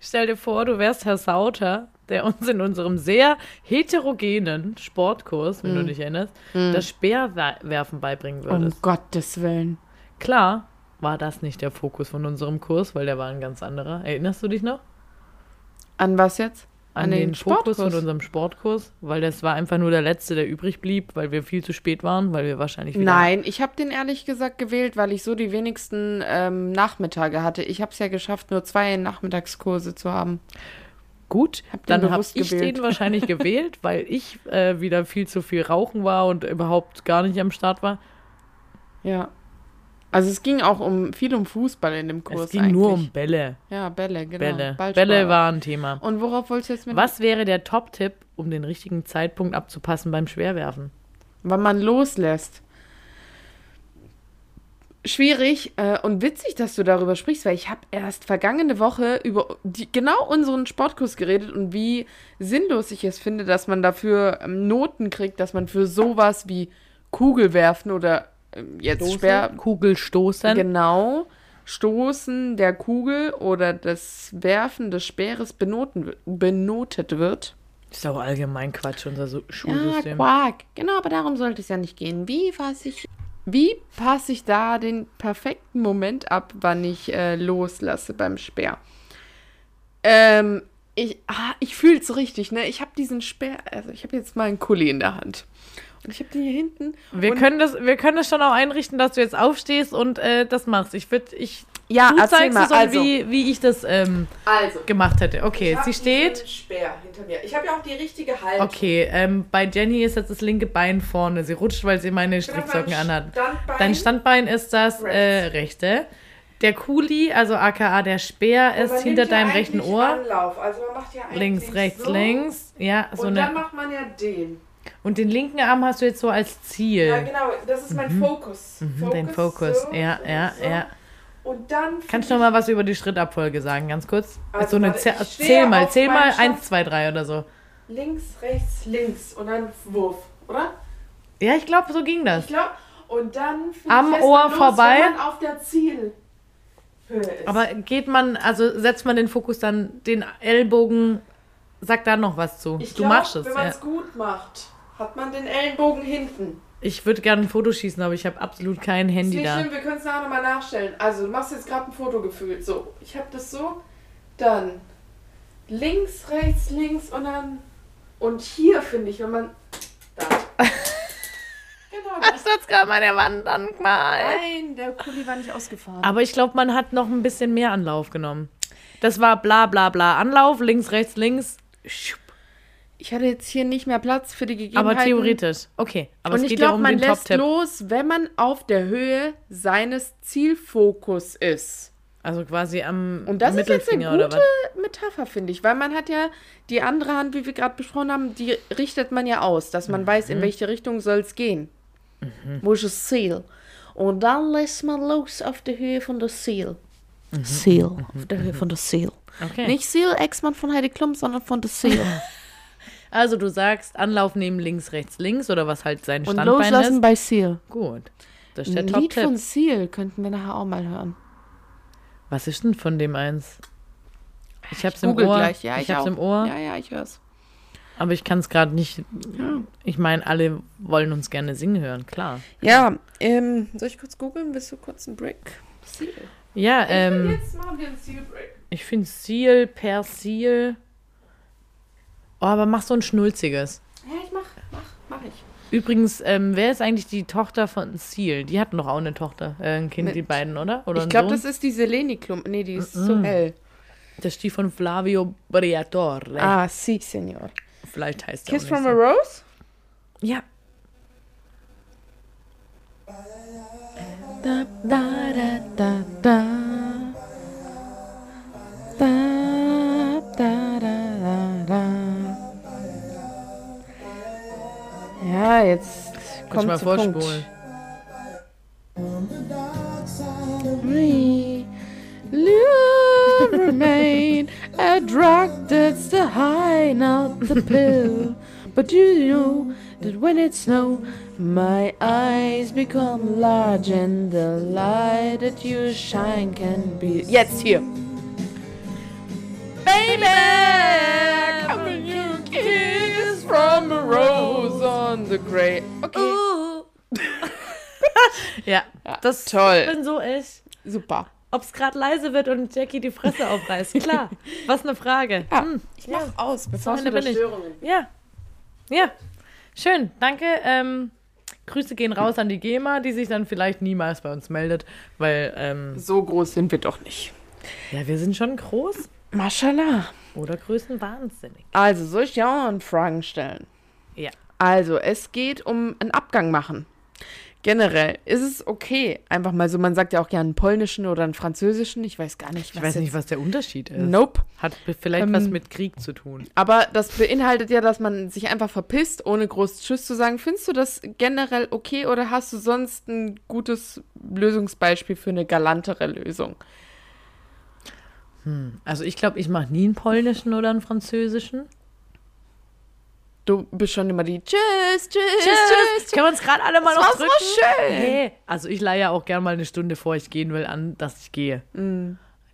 Speaker 2: Stell dir vor, du wärst Herr Sauter, der uns in unserem sehr heterogenen Sportkurs, wenn du
Speaker 1: Mhm.
Speaker 2: dich erinnerst, das Speerwerfen beibringen
Speaker 1: um
Speaker 2: würdest.
Speaker 1: Gottes Willen.
Speaker 2: Klar war das nicht der Fokus von unserem Kurs, weil der war ein ganz anderer. Erinnerst du dich noch?
Speaker 1: An was jetzt?
Speaker 2: An, den, Fokus von unserem Sportkurs, weil das war einfach nur der letzte, der übrig blieb, weil wir viel zu spät waren, weil wir wahrscheinlich wieder
Speaker 1: Nein, ich habe den ehrlich gesagt gewählt, weil ich so die wenigsten ähm, Nachmittage hatte. Ich habe es ja geschafft, nur zwei Nachmittagskurse zu haben.
Speaker 2: Gut,
Speaker 1: Hab den
Speaker 2: dann habe
Speaker 1: bewusst
Speaker 2: ich
Speaker 1: gewählt.
Speaker 2: den
Speaker 1: [LAUGHS]
Speaker 2: wahrscheinlich gewählt, weil ich äh, wieder viel zu viel rauchen war und überhaupt gar nicht am Start war.
Speaker 1: Ja. Also es ging auch um viel um Fußball in dem Kurs.
Speaker 2: es ging
Speaker 1: eigentlich.
Speaker 2: nur um Bälle.
Speaker 1: ja Bälle, genau.
Speaker 2: Bälle.
Speaker 1: Ballsport.
Speaker 2: Bälle war ein Thema.
Speaker 1: Und worauf wolltest du jetzt mit?
Speaker 2: Was wäre der Top-Tipp, um den richtigen Zeitpunkt abzupassen beim Schwerwerfen?
Speaker 1: Wann man loslässt. schwierig äh, und witzig, dass du darüber sprichst, weil ich habe erst vergangene Woche über die, genau unseren Sportkurs geredet und wie sinnlos ich es finde, dass man dafür ähm, Noten kriegt, dass man für sowas wie Kugelwerfen oder ähm, jetzt
Speaker 2: Stoßen,
Speaker 1: schwer
Speaker 2: Kugelstoßen.
Speaker 1: genau Stoßen der Kugel oder das Werfen des Speeres benoten, wi- benotet wird.
Speaker 2: Ist doch allgemein Quatsch, unser so
Speaker 1: Ja,
Speaker 2: Schulsystem.
Speaker 1: Ah, Quark. Genau, aber darum sollte es ja nicht gehen. Wie passe ich, wie passe ich da den perfekten Moment ab, wann ich äh, loslasse beim Speer? Ähm, ich ah, ich fühle es richtig, ne? Ich habe diesen Speer, also ich habe jetzt mal einen Kuli in der Hand. Und ich habe den hier hinten.
Speaker 2: wir,
Speaker 1: und,
Speaker 2: können das, wir können das schon auch einrichten, dass du jetzt aufstehst und äh, das machst. Ich würde, ich,
Speaker 1: ja,
Speaker 2: du
Speaker 1: Ah, erzähl
Speaker 2: zeigst
Speaker 1: mal.
Speaker 2: es und
Speaker 1: Also,
Speaker 2: wie, wie ich das ähm,
Speaker 1: also
Speaker 2: gemacht hätte. Okay,
Speaker 1: ich hab
Speaker 2: sie steht.
Speaker 1: diesen Speer hinter mir. Ich habe ja auch die richtige Haltung.
Speaker 2: Okay, ähm, bei Jenny ist jetzt das linke Bein vorne. Sie rutscht, weil sie meine
Speaker 1: Genau, Ich bin auf
Speaker 2: Stricksocken
Speaker 1: meinem
Speaker 2: anhat.
Speaker 1: Standbein.
Speaker 2: Dein Standbein ist das äh,
Speaker 1: Rechts.
Speaker 2: rechte. Der Kuli, also aka der Speer,
Speaker 1: Und
Speaker 2: ist
Speaker 1: man
Speaker 2: hinter
Speaker 1: nimmt ja
Speaker 2: deinem rechten
Speaker 1: eigentlich
Speaker 2: Ohr.
Speaker 1: Anlauf. Also man macht ja eigentlich
Speaker 2: Links, rechts,
Speaker 1: so.
Speaker 2: links. Ja, so
Speaker 1: und dann
Speaker 2: eine.
Speaker 1: macht man ja den.
Speaker 2: Und den linken Arm hast du jetzt so als Ziel.
Speaker 1: Ja, genau, das ist mein Fokus.
Speaker 2: Mhm, Den Fokus.
Speaker 1: so,
Speaker 2: ja,
Speaker 1: so,
Speaker 2: ja,
Speaker 1: so.
Speaker 2: ja.
Speaker 1: Und dann.
Speaker 2: Kannst du noch mal was über die Schrittabfolge sagen, ganz kurz?
Speaker 1: Also,
Speaker 2: so eine
Speaker 1: warte,
Speaker 2: Ze
Speaker 1: ich stehe
Speaker 2: Zähl mal,
Speaker 1: auf
Speaker 2: zähl mal
Speaker 1: meinem Stand-
Speaker 2: 1, 2, 3 oder so.
Speaker 1: Links, rechts, links und dann Wurf, oder?
Speaker 2: Ja, ich glaube, so ging das.
Speaker 1: Ich glaube. Und dann. fliegt
Speaker 2: Am
Speaker 1: fest
Speaker 2: Ohr
Speaker 1: los,
Speaker 2: vorbei.
Speaker 1: Wenn man auf der Zielhöhe ist.
Speaker 2: Aber geht man, also setzt man den Fokus dann, den Ellbogen, sagt da noch was zu.
Speaker 1: ich
Speaker 2: du
Speaker 1: glaub,
Speaker 2: machst es,
Speaker 1: Wenn man
Speaker 2: ja.
Speaker 1: es gut macht, hat man den Ellenbogen hinten.
Speaker 2: Ich würde gerne ein Foto schießen, aber ich habe absolut kein
Speaker 1: Ist
Speaker 2: Handy
Speaker 1: nicht
Speaker 2: da.
Speaker 1: schlimm, wir können es nachher nochmal nachstellen. Also, du machst jetzt gerade ein Foto gefühlt. So, ich habe das so. Dann links, rechts, links und dann. Und hier finde ich, wenn man. Da.
Speaker 2: [LAUGHS]
Speaker 1: genau. das-
Speaker 2: hat's gerade meine Wand angemalt.
Speaker 1: Nein, der Kuli war nicht ausgefahren.
Speaker 2: Aber ich glaube, man hat noch ein bisschen mehr Anlauf genommen. Das war bla bla bla Anlauf, links, rechts, links. Schupp.
Speaker 1: ich hatte jetzt hier nicht mehr Platz für die Gegebenheiten.
Speaker 2: Aber theoretisch. Okay, aber
Speaker 1: und
Speaker 2: es
Speaker 1: ich
Speaker 2: geht ja
Speaker 1: glaube,
Speaker 2: um
Speaker 1: man
Speaker 2: den
Speaker 1: lässt
Speaker 2: Top-Tipp.
Speaker 1: los, wenn man auf der Höhe seines Zielfokus ist.
Speaker 2: Also quasi am
Speaker 1: Und das ist jetzt eine
Speaker 2: Mittelfinger oder
Speaker 1: gute
Speaker 2: was?
Speaker 1: Metapher, finde ich, weil man hat ja die andere Hand, wie wir gerade besprochen haben, die richtet man ja aus, dass man weiß,
Speaker 2: Mhm.
Speaker 1: in welche Richtung soll es gehen. Wo ist das Ziel? Und dann lässt man los auf der Höhe von das Ziel.
Speaker 3: Seal. Auf der Höhe von der Seal.
Speaker 2: Okay.
Speaker 1: Nicht Ziel, Ex-Mann von Heidi Klum, sondern von das Ziel.
Speaker 2: [LAUGHS] Also du sagst Anlauf nehmen links, rechts, links oder was halt sein
Speaker 1: Und
Speaker 2: Standbein
Speaker 1: loslassen
Speaker 2: ist.
Speaker 1: bei Ziel.
Speaker 2: Gut. Das ist der
Speaker 1: Ein Lied von
Speaker 2: Top-Tipp.
Speaker 1: Ziel könnten wir nachher auch mal hören.
Speaker 2: Was ist denn von dem eins? Ich hab's im
Speaker 1: Google
Speaker 2: Ohr.
Speaker 1: gleich, ja, ich,
Speaker 2: hab's
Speaker 1: auch.
Speaker 2: im Ohr,
Speaker 1: Ja, ja, ich hör's.
Speaker 2: aber ich kann es gerade nicht. Ich meine, alle wollen uns gerne singen hören, klar.
Speaker 1: Ja, ähm, soll ich kurz googeln? Willst du kurz einen Break? Ziel.
Speaker 2: Ja, ähm.
Speaker 1: Jetzt machen wir einen Zielbreak.
Speaker 2: Ich finde Seal, Persil. Oh, aber mach so ein schnulziges.
Speaker 1: Ja, ich mach, mach, mach ich.
Speaker 2: Übrigens, ähm, wer ist eigentlich die Tochter von Seal? Die hatten doch auch eine Tochter, äh, ein Kind,
Speaker 1: Mit-
Speaker 2: die beiden, oder? Oder
Speaker 1: ich
Speaker 2: ein
Speaker 1: glaube,
Speaker 2: Sohn?
Speaker 1: das ist die Seleni-Klump. Nee, die ist zu hell.
Speaker 2: Das ist die von Flavio Briatore.
Speaker 1: Ah, si, senor.
Speaker 2: Vielleicht heißt der
Speaker 1: Kiss
Speaker 2: auch nicht
Speaker 1: from a Rose?
Speaker 2: so. Ja.
Speaker 1: Da, da, da,
Speaker 2: eh.
Speaker 1: da, da. Da, da, da, da, da. Ja, jetzt
Speaker 2: Kannst
Speaker 1: kommt
Speaker 2: mal
Speaker 1: zu Punkt.
Speaker 2: vorspulen.
Speaker 1: Me, love remain a drug that's the high, not the pill. But you know that when it snows, my eyes become large and the light that you shine can be. Jetzt hier. Baby, how can you kiss from a rose on the grave? Okay.
Speaker 2: Äh. [LAUGHS] Ja, das
Speaker 1: toll.
Speaker 2: bin so ich.
Speaker 1: Super.
Speaker 2: Ob es gerade leise wird und Jackie die Fresse aufreißt, [LAUGHS] klar. Was eine Frage.
Speaker 1: Ja,
Speaker 2: Hm.
Speaker 1: ich mach aus, bevor
Speaker 2: Freunde
Speaker 1: es wieder
Speaker 2: bin ich.
Speaker 1: Störungen
Speaker 2: Ja. Ja. Schön. Danke. Ähm, Grüße gehen raus an die GEMA, die sich dann vielleicht niemals bei uns meldet, weil ähm,
Speaker 1: So groß sind wir doch nicht.
Speaker 2: ja, wir sind schon groß
Speaker 1: Maschallah.
Speaker 2: oder größenwahnsinnig.
Speaker 1: Also, soll ich dir auch noch Fragen stellen?
Speaker 2: Ja.
Speaker 1: Also, es geht um einen Abgang machen. generell ist es okay. Einfach mal so, man sagt ja auch gerne einen polnischen oder einen französischen. Ich weiß gar nicht, was
Speaker 2: Ich weiß nicht,
Speaker 1: jetzt-
Speaker 2: was der Unterschied ist.
Speaker 1: Nope.
Speaker 2: Hat be- vielleicht
Speaker 1: Ähm,
Speaker 2: was mit Krieg zu tun.
Speaker 1: Aber das beinhaltet ja, dass man sich einfach verpisst, ohne groß Tschüss zu sagen. Findest du das generell okay oder hast du sonst ein gutes Lösungsbeispiel für eine galantere Lösung?
Speaker 2: Also ich glaube, ich mache nie einen polnischen oder einen französischen.
Speaker 1: Du bist schon immer die Tschüss, Tschüss,
Speaker 2: Tschüss,
Speaker 1: Tschüss, Tschüss.
Speaker 2: Können wir uns gerade alle mal
Speaker 1: Das
Speaker 2: noch
Speaker 1: war's
Speaker 2: drücken?
Speaker 1: mal schön.
Speaker 2: Hey. Also ich leihe ja auch gerne mal eine Stunde, vor ich gehen will, an, dass ich gehe.
Speaker 1: Mm.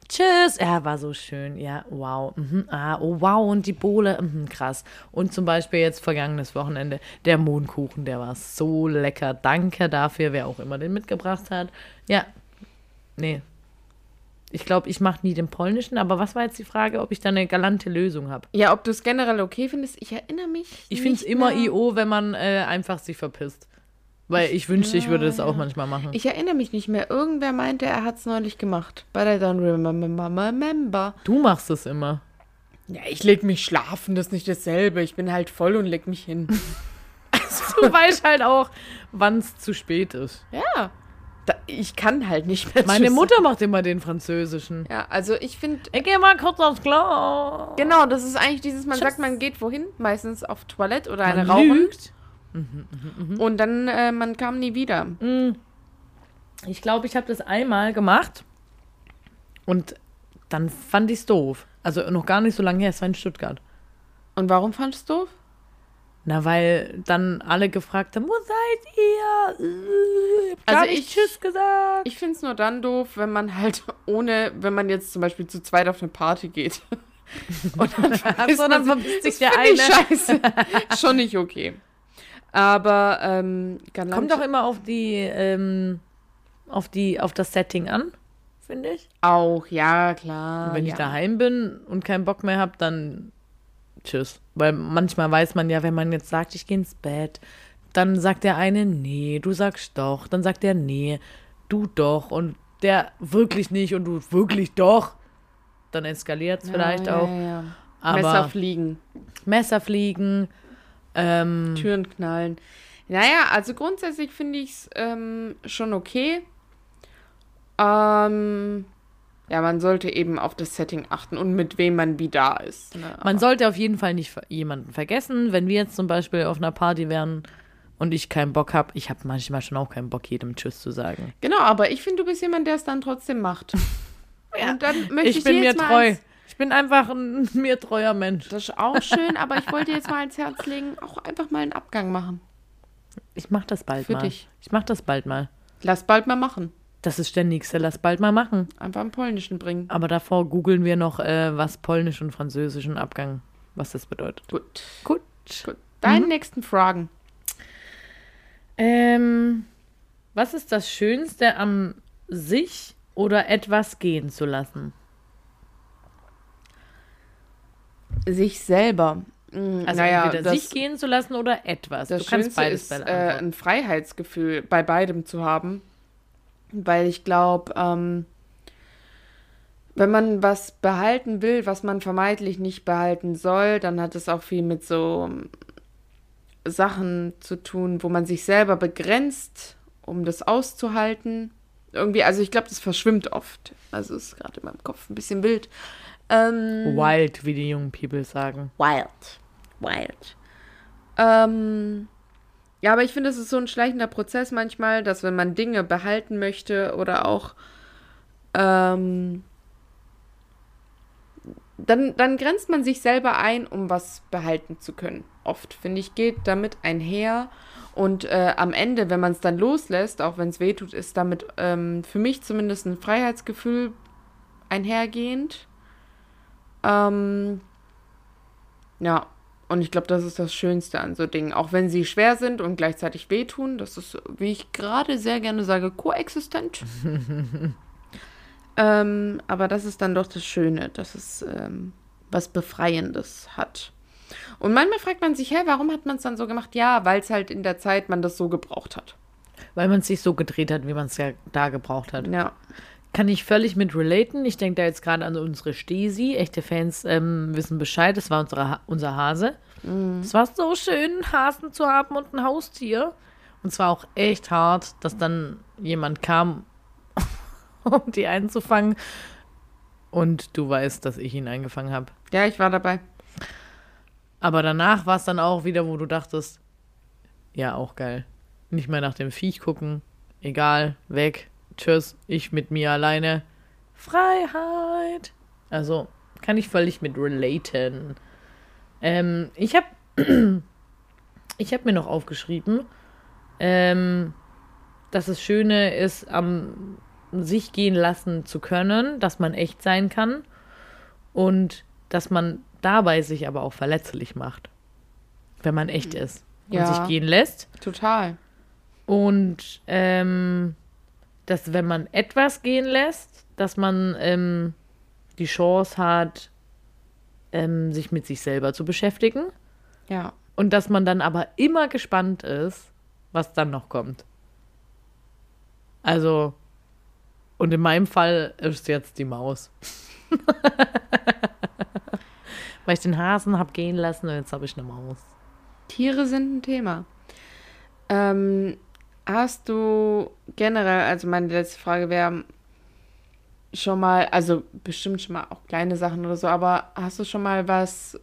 Speaker 2: Tschüss. Ja, war so schön. Ja, wow. Mhm. Ah, oh wow. Und die Bohle. Mhm, krass. Und zum Beispiel jetzt vergangenes Wochenende der Mohnkuchen, der war so lecker. Danke dafür, wer auch immer den mitgebracht hat. Ja. Nee. Ich glaube, ich mache nie den polnischen, aber was war jetzt die Frage, ob ich da eine galante Lösung habe?
Speaker 1: Ja, ob du es generell okay findest, ich erinnere mich.
Speaker 2: Ich finde es
Speaker 1: nicht
Speaker 2: immer
Speaker 1: mehr.
Speaker 2: IO, wenn man äh, einfach sich verpisst. Weil ich wünschte, ich würde das auch manchmal machen.
Speaker 1: Ich erinnere mich nicht mehr. Irgendwer meinte, er hat es neulich gemacht. But I don't remember. remember.
Speaker 2: du machst es immer.
Speaker 1: Ja, ich leg mich schlafen, das ist nicht dasselbe. Ich bin halt voll und leg mich
Speaker 2: [LAUGHS]
Speaker 1: hin.
Speaker 2: [LAUGHS] Du weißt halt auch, wann es zu spät ist.
Speaker 1: ja. Da, ich kann halt nicht mehr
Speaker 2: Meine
Speaker 1: Tschüss
Speaker 2: Mutter macht immer den französischen.
Speaker 1: Ja, also ich finde,
Speaker 2: Ich geh mal kurz aufs Klo.
Speaker 1: genau, das ist eigentlich dieses, man
Speaker 2: Tschüss.
Speaker 1: sagt, man geht wohin, meistens auf Toilette oder
Speaker 2: Man
Speaker 1: eine Rauchen
Speaker 2: lügt.
Speaker 1: und dann, äh, man kam nie wieder.
Speaker 2: Ich glaube, ich habe das einmal gemacht und dann fand ich es doof. Also noch gar nicht so lange her, es war in Stuttgart.
Speaker 1: Und warum fandst du doof?
Speaker 2: Na, weil dann alle gefragt haben, wo seid ihr? Äh, Ich hab gar
Speaker 1: Also
Speaker 2: nicht
Speaker 1: ich-
Speaker 2: Tschüss [LAUGHS] gesagt.
Speaker 1: Ich finde es nur dann doof, wenn man halt [LAUGHS] ohne, wenn man jetzt zum Beispiel zu zweit auf eine Party geht. [LAUGHS] Und dann verpisst
Speaker 2: so, dann
Speaker 1: man
Speaker 2: verpisst
Speaker 1: sich
Speaker 2: sich der
Speaker 1: Find
Speaker 2: eine.
Speaker 1: Ich scheiße.
Speaker 2: [LAUGHS]
Speaker 1: Schon nicht okay. Aber, ähm, galant-
Speaker 2: Kommt doch immer auf die, ähm, auf die, auf das Setting an, finde ich.
Speaker 1: auch, ja,
Speaker 2: Und
Speaker 1: klar.
Speaker 2: wenn
Speaker 1: Ah, ja.
Speaker 2: ich daheim bin und keinen Bock mehr habe, dann tschüss. Weil manchmal weiß man ja, wenn man jetzt sagt, ich gehe ins Bett, dann sagt der eine, nee, du sagst doch. Dann sagt der, nee, du doch. Und der wirklich nicht und du wirklich doch. Dann eskaliert es
Speaker 1: Ja,
Speaker 2: vielleicht
Speaker 1: ja,
Speaker 2: auch.
Speaker 1: Ja, ja.
Speaker 2: Aber
Speaker 1: Messer
Speaker 2: Messer,
Speaker 1: fliegen.
Speaker 2: fliegen, ähm,
Speaker 1: Türen knallen. Naja, also grundsätzlich finde ich es ähm, schon okay. Ähm, ja, man sollte eben auf das Setting achten und mit wem man wie da ist. Ne?
Speaker 2: Man sollte auf jeden Fall nicht ver- jemanden vergessen. Wenn wir jetzt zum Beispiel auf einer Party wären und ich keinen Bock habe, ich habe manchmal schon auch keinen Bock, jedem Tschüss zu sagen.
Speaker 1: genau, aber ich finde, du bist jemand, der es dann trotzdem macht.
Speaker 2: [LAUGHS]
Speaker 1: Und dann möchte ich,
Speaker 2: ich bin
Speaker 1: dir
Speaker 2: mir
Speaker 1: jetzt Mal
Speaker 2: treu.
Speaker 1: ans,
Speaker 2: Ich bin einfach ein [LAUGHS] mir treuer Mensch.
Speaker 1: das ist auch schön, aber ich wollte jetzt mal ans Herz legen, auch einfach mal einen Abgang machen.
Speaker 2: Ich mach das bald
Speaker 1: Für
Speaker 2: Halt mal.
Speaker 1: dich.
Speaker 2: Ich mach das bald mal.
Speaker 1: Lass bald mal machen.
Speaker 2: Das ist der nächste. Lass bald mal machen.
Speaker 1: Einfach im Polnischen bringen.
Speaker 2: Aber davor googeln wir noch, äh, was polnisch und französischen Abgang, was das bedeutet.
Speaker 1: Gut.
Speaker 2: Gut.
Speaker 1: Gut.
Speaker 2: Mhm.
Speaker 1: Deine nächsten Fragen.
Speaker 2: Ähm, was ist das Schönste am sich oder etwas gehen zu lassen?
Speaker 1: Sich selber. Mm,
Speaker 2: Also
Speaker 1: naja,
Speaker 2: entweder
Speaker 1: das,
Speaker 2: sich gehen zu lassen oder etwas.
Speaker 1: Das
Speaker 2: du kannst
Speaker 1: Schönste
Speaker 2: beides
Speaker 1: ist, äh,
Speaker 2: beantworten.
Speaker 1: ein Freiheitsgefühl bei beidem zu haben, weil ich glaube, ähm, wenn man was behalten will, was man vermeintlich nicht behalten soll, dann hat es auch viel mit so ähm, Sachen zu tun, wo man sich selber begrenzt, um das auszuhalten. Irgendwie, also ich glaube, das verschwimmt oft. Also ist gerade in meinem Kopf ein bisschen wild. Ähm,
Speaker 2: Wild, wie die jungen People sagen.
Speaker 3: Wild. Wild.
Speaker 1: Ähm, ja, aber ich finde, es ist so ein schleichender Prozess manchmal, dass wenn man Dinge behalten möchte oder auch ähm, dann, dann grenzt man sich selber ein, um was behalten zu können. Oft, finde ich, geht damit einher. Und äh, am Ende, wenn man es dann loslässt, auch wenn es weh tut, ist damit ähm, für mich zumindest ein Freiheitsgefühl einhergehend. Ähm, ja, und ich glaube, das ist das Schönste an so Dingen. Auch wenn sie schwer sind und gleichzeitig wehtun, das ist, wie ich gerade sehr gerne sage, koexistent. ähm, aber das ist dann doch das Schöne, dass es ähm, was Befreiendes hat. Und manchmal fragt man sich, hä, warum hat man es dann so gemacht? Ja, weil es halt in der Zeit man das so gebraucht hat.
Speaker 2: Weil man es sich so gedreht hat, wie man es ja da gebraucht hat.
Speaker 1: Ja.
Speaker 2: Kann ich völlig mit relaten. Ich denke da jetzt gerade an unsere Stesi. Echte Fans ähm, wissen Bescheid. Das war
Speaker 1: Mhm.
Speaker 2: unsere ha unser Hase. Es war so schön, einen Hasen zu haben und ein Haustier. Und zwar auch echt hart, dass dann jemand kam, [LAUGHS] um die einzufangen. Und du weißt, dass ich ihn eingefangen habe.
Speaker 1: Ja, ich war dabei.
Speaker 2: Aber danach war es dann auch wieder, wo du dachtest, ja, auch geil. Nicht mehr nach dem Viech gucken. Egal, weg. Tschüss, ich mit mir alleine. Freiheit. Also, kann ich völlig mit relaten. Ähm, ich habe [CLEARS THROAT] ich hab mir noch aufgeschrieben, ähm, dass es Schöne ist, am sich gehen lassen zu können, dass man echt sein kann und dass man dabei sich aber auch verletzlich macht, wenn man echt ist und
Speaker 1: Ja.
Speaker 2: sich gehen lässt.
Speaker 1: Total.
Speaker 2: Und ähm, dass wenn man etwas gehen lässt, dass man ähm, die Chance hat, ähm, sich mit sich selber zu beschäftigen.
Speaker 1: Ja.
Speaker 2: Und dass man dann aber immer gespannt ist, was dann noch kommt. Also, und in meinem Fall ist jetzt die Maus. [LAUGHS] Weil ich den Hasen habe gehen lassen und jetzt habe ich eine Maus.
Speaker 1: Tiere sind ein Thema. Ähm, hast du generell, also meine letzte Frage wäre schon mal, also bestimmt schon mal auch kleine Sachen oder so, aber hast du schon mal was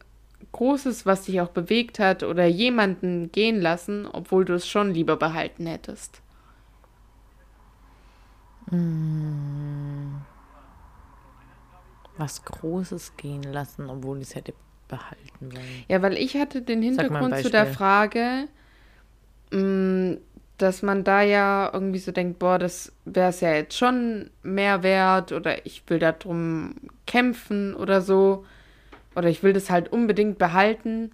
Speaker 1: Großes, was dich auch bewegt hat oder jemanden gehen lassen, obwohl du es schon lieber behalten hättest?
Speaker 2: Was Großes gehen lassen, obwohl ich es hätte behalten wollen.
Speaker 1: Ja, weil ich hatte den
Speaker 2: Sag mal ein
Speaker 1: Hintergrund zu der
Speaker 2: Beispiel.
Speaker 1: Frage, mh, dass man da ja irgendwie so denkt, boah, das wäre es ja jetzt schon mehr wert oder ich will darum kämpfen oder so oder ich will das halt unbedingt behalten.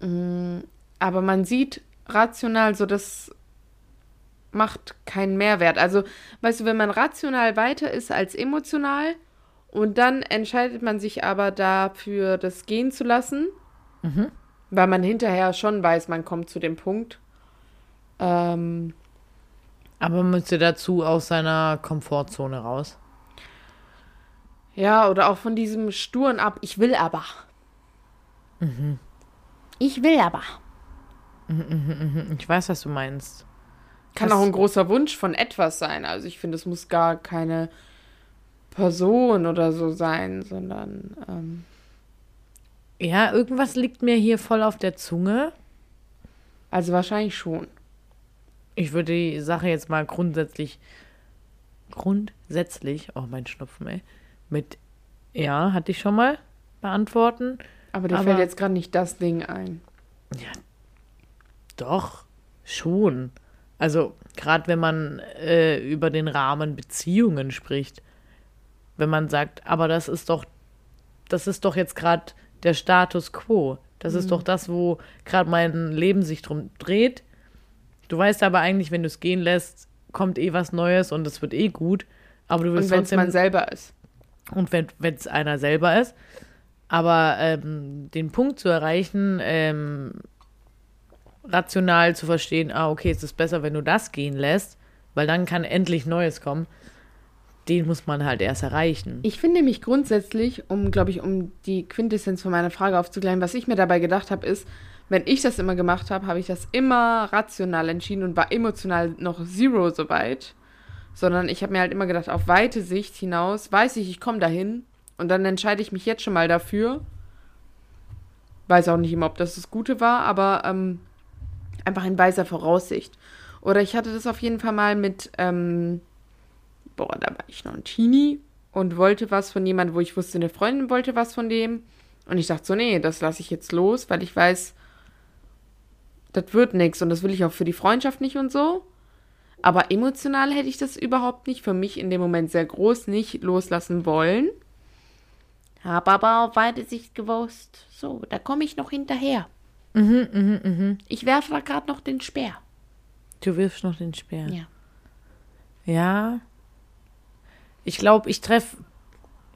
Speaker 1: Mh, aber man sieht rational so, das macht keinen Mehrwert. Also, weißt du, wenn man rational weiter ist als emotional und dann entscheidet man sich aber dafür, das gehen zu lassen, weil man hinterher schon weiß, man kommt zu dem Punkt. Ähm,
Speaker 2: Aber man müsste dazu aus seiner Komfortzone raus.
Speaker 1: ja, oder auch von diesem sturen ab, ich will aber.
Speaker 3: Ich will aber.
Speaker 2: Ich weiß, was du meinst.
Speaker 1: Kann
Speaker 2: Das-
Speaker 1: auch ein großer Wunsch von etwas sein. Also ich finde, es muss gar keine Person oder so sein, sondern ähm,
Speaker 2: Ja, irgendwas liegt mir hier voll auf der Zunge.
Speaker 1: also wahrscheinlich schon.
Speaker 2: Ich würde die Sache jetzt mal grundsätzlich, grundsätzlich, oh mein Schnupfen, ey, mit ja, hatte ich schon mal beantworten.
Speaker 1: Aber dir
Speaker 2: Aber-
Speaker 1: fällt jetzt gerade nicht das Ding ein.
Speaker 2: Doch, schon. Also, gerade wenn man äh, über den Rahmen Beziehungen spricht, wenn man sagt, aber das ist doch, das ist doch jetzt gerade der Status quo. Das
Speaker 1: Mhm.
Speaker 2: ist doch das, wo gerade mein Leben sich drum dreht. Du weißt aber eigentlich, wenn du es gehen lässt, kommt eh was Neues und es wird eh gut. Aber du
Speaker 1: Und
Speaker 2: willst
Speaker 1: wenn es
Speaker 2: trotzdem
Speaker 1: man selber ist.
Speaker 2: und wenn es einer selber ist. Aber ähm, den Punkt zu erreichen, ähm, rational zu verstehen, ah, okay, es ist besser, wenn du das gehen lässt, weil dann kann endlich Neues kommen, den muss man halt erst erreichen.
Speaker 1: Ich finde mich grundsätzlich, um, glaube ich, um die Quintessenz von meiner Frage aufzugleichen, was ich mir dabei gedacht habe, ist, wenn ich das immer gemacht habe, habe ich das immer rational entschieden und war emotional noch zero so weit. Sondern ich habe mir halt immer gedacht, auf weite Sicht hinaus weiß ich, ich komme dahin und dann entscheide ich mich jetzt schon mal dafür. Weiß auch nicht immer, ob das das Gute war, aber ähm, einfach in weiser Voraussicht. Oder ich hatte das auf jeden Fall mal mit, ähm, boah, da war ich noch ein Teenie und wollte was von jemandem, wo ich wusste, eine Freundin wollte was von dem. Und ich dachte so, nee, das lasse ich jetzt los, weil ich weiß, das wird nichts und das will ich auch für die Freundschaft nicht und so. Aber emotional hätte ich das überhaupt nicht für mich in dem Moment sehr groß nicht loslassen wollen.
Speaker 3: Hab aber auf weite Sicht gewusst. So, da komme ich noch hinterher. Ich werfe da gerade noch den Speer.
Speaker 2: Du wirfst noch den Speer.
Speaker 3: Ja.
Speaker 2: Ja. Ich glaube, ich treffe,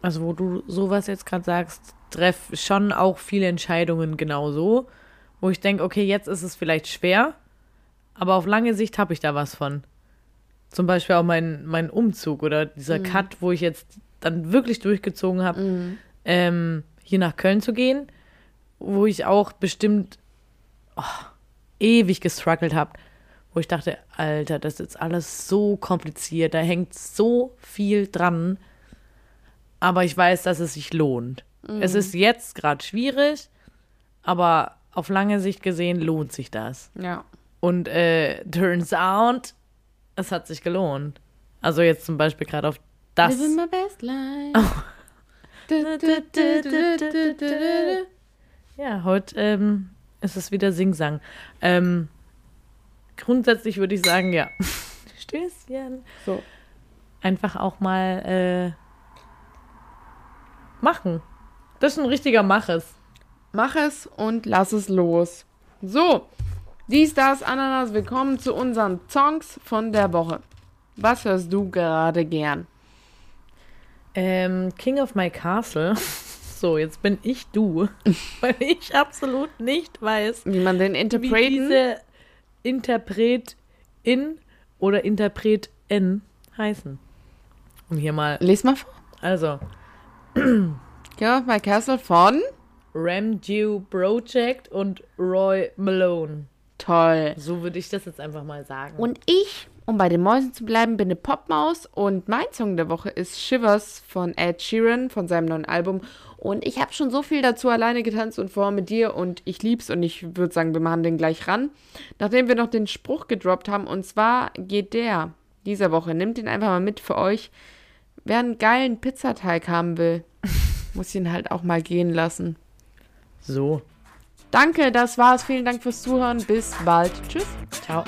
Speaker 2: also wo du sowas jetzt gerade sagst, treffe schon auch viele Entscheidungen genauso, wo ich denke, okay, jetzt ist es vielleicht schwer, aber auf lange Sicht habe ich da was von. Zum Beispiel auch mein, mein Umzug oder dieser Cut, wo ich jetzt dann wirklich durchgezogen habe, ähm, hier nach Köln zu gehen, wo ich auch bestimmt oh, ewig gestruggelt habe wo ich dachte, Alter, das ist jetzt alles so kompliziert, da hängt so viel dran. Aber ich weiß, dass es sich lohnt. Es ist jetzt gerade schwierig, aber auf lange Sicht gesehen lohnt sich das.
Speaker 1: Ja.
Speaker 2: Und äh, turns out, es hat sich gelohnt. Also jetzt zum Beispiel gerade auf das.
Speaker 3: Living my best life.
Speaker 2: Ja, heute ähm, ist es wieder Singsang. Ähm, grundsätzlich würde ich sagen, ja. [LAUGHS] Stößchen.
Speaker 1: So.
Speaker 2: Einfach auch mal äh, machen. Das ist ein richtiger Maches.
Speaker 1: Mach es und lass es los. So, dies, das, Ananas, willkommen zu unseren Songs von der Woche. Was hörst du gerade gern?
Speaker 2: Ähm, King of my Castle. [LAUGHS] So, jetzt bin ich du. Weil ich absolut nicht weiß,
Speaker 1: Wie man den
Speaker 2: wie
Speaker 1: interpreten?
Speaker 2: diese Interpretin oder Interpretin heißen. Um hier mal,
Speaker 1: Lies mal vor.
Speaker 2: also,
Speaker 1: King of My Castle von?
Speaker 2: Ramdew Project und Roy Malone.
Speaker 1: Toll.
Speaker 2: So würde ich das jetzt einfach mal sagen.
Speaker 1: Und ich, um bei den Mäusen zu bleiben, bin eine Popmaus und mein Song der Woche ist Shivers von Ed Sheeran von seinem neuen Album. Und ich habe schon so viel dazu alleine getanzt und vor mit dir und ich lieb's und ich würde sagen, wir machen den gleich ran. Nachdem wir noch den Spruch gedroppt haben und zwar geht der dieser Woche, nimmt den einfach mal mit für euch. Wer einen geilen Pizzateig haben will, muss ihn halt auch mal gehen lassen.
Speaker 2: so,
Speaker 1: Danke, das war's. Vielen Dank fürs Zuhören. Bis bald. Tschüss.
Speaker 2: ciao.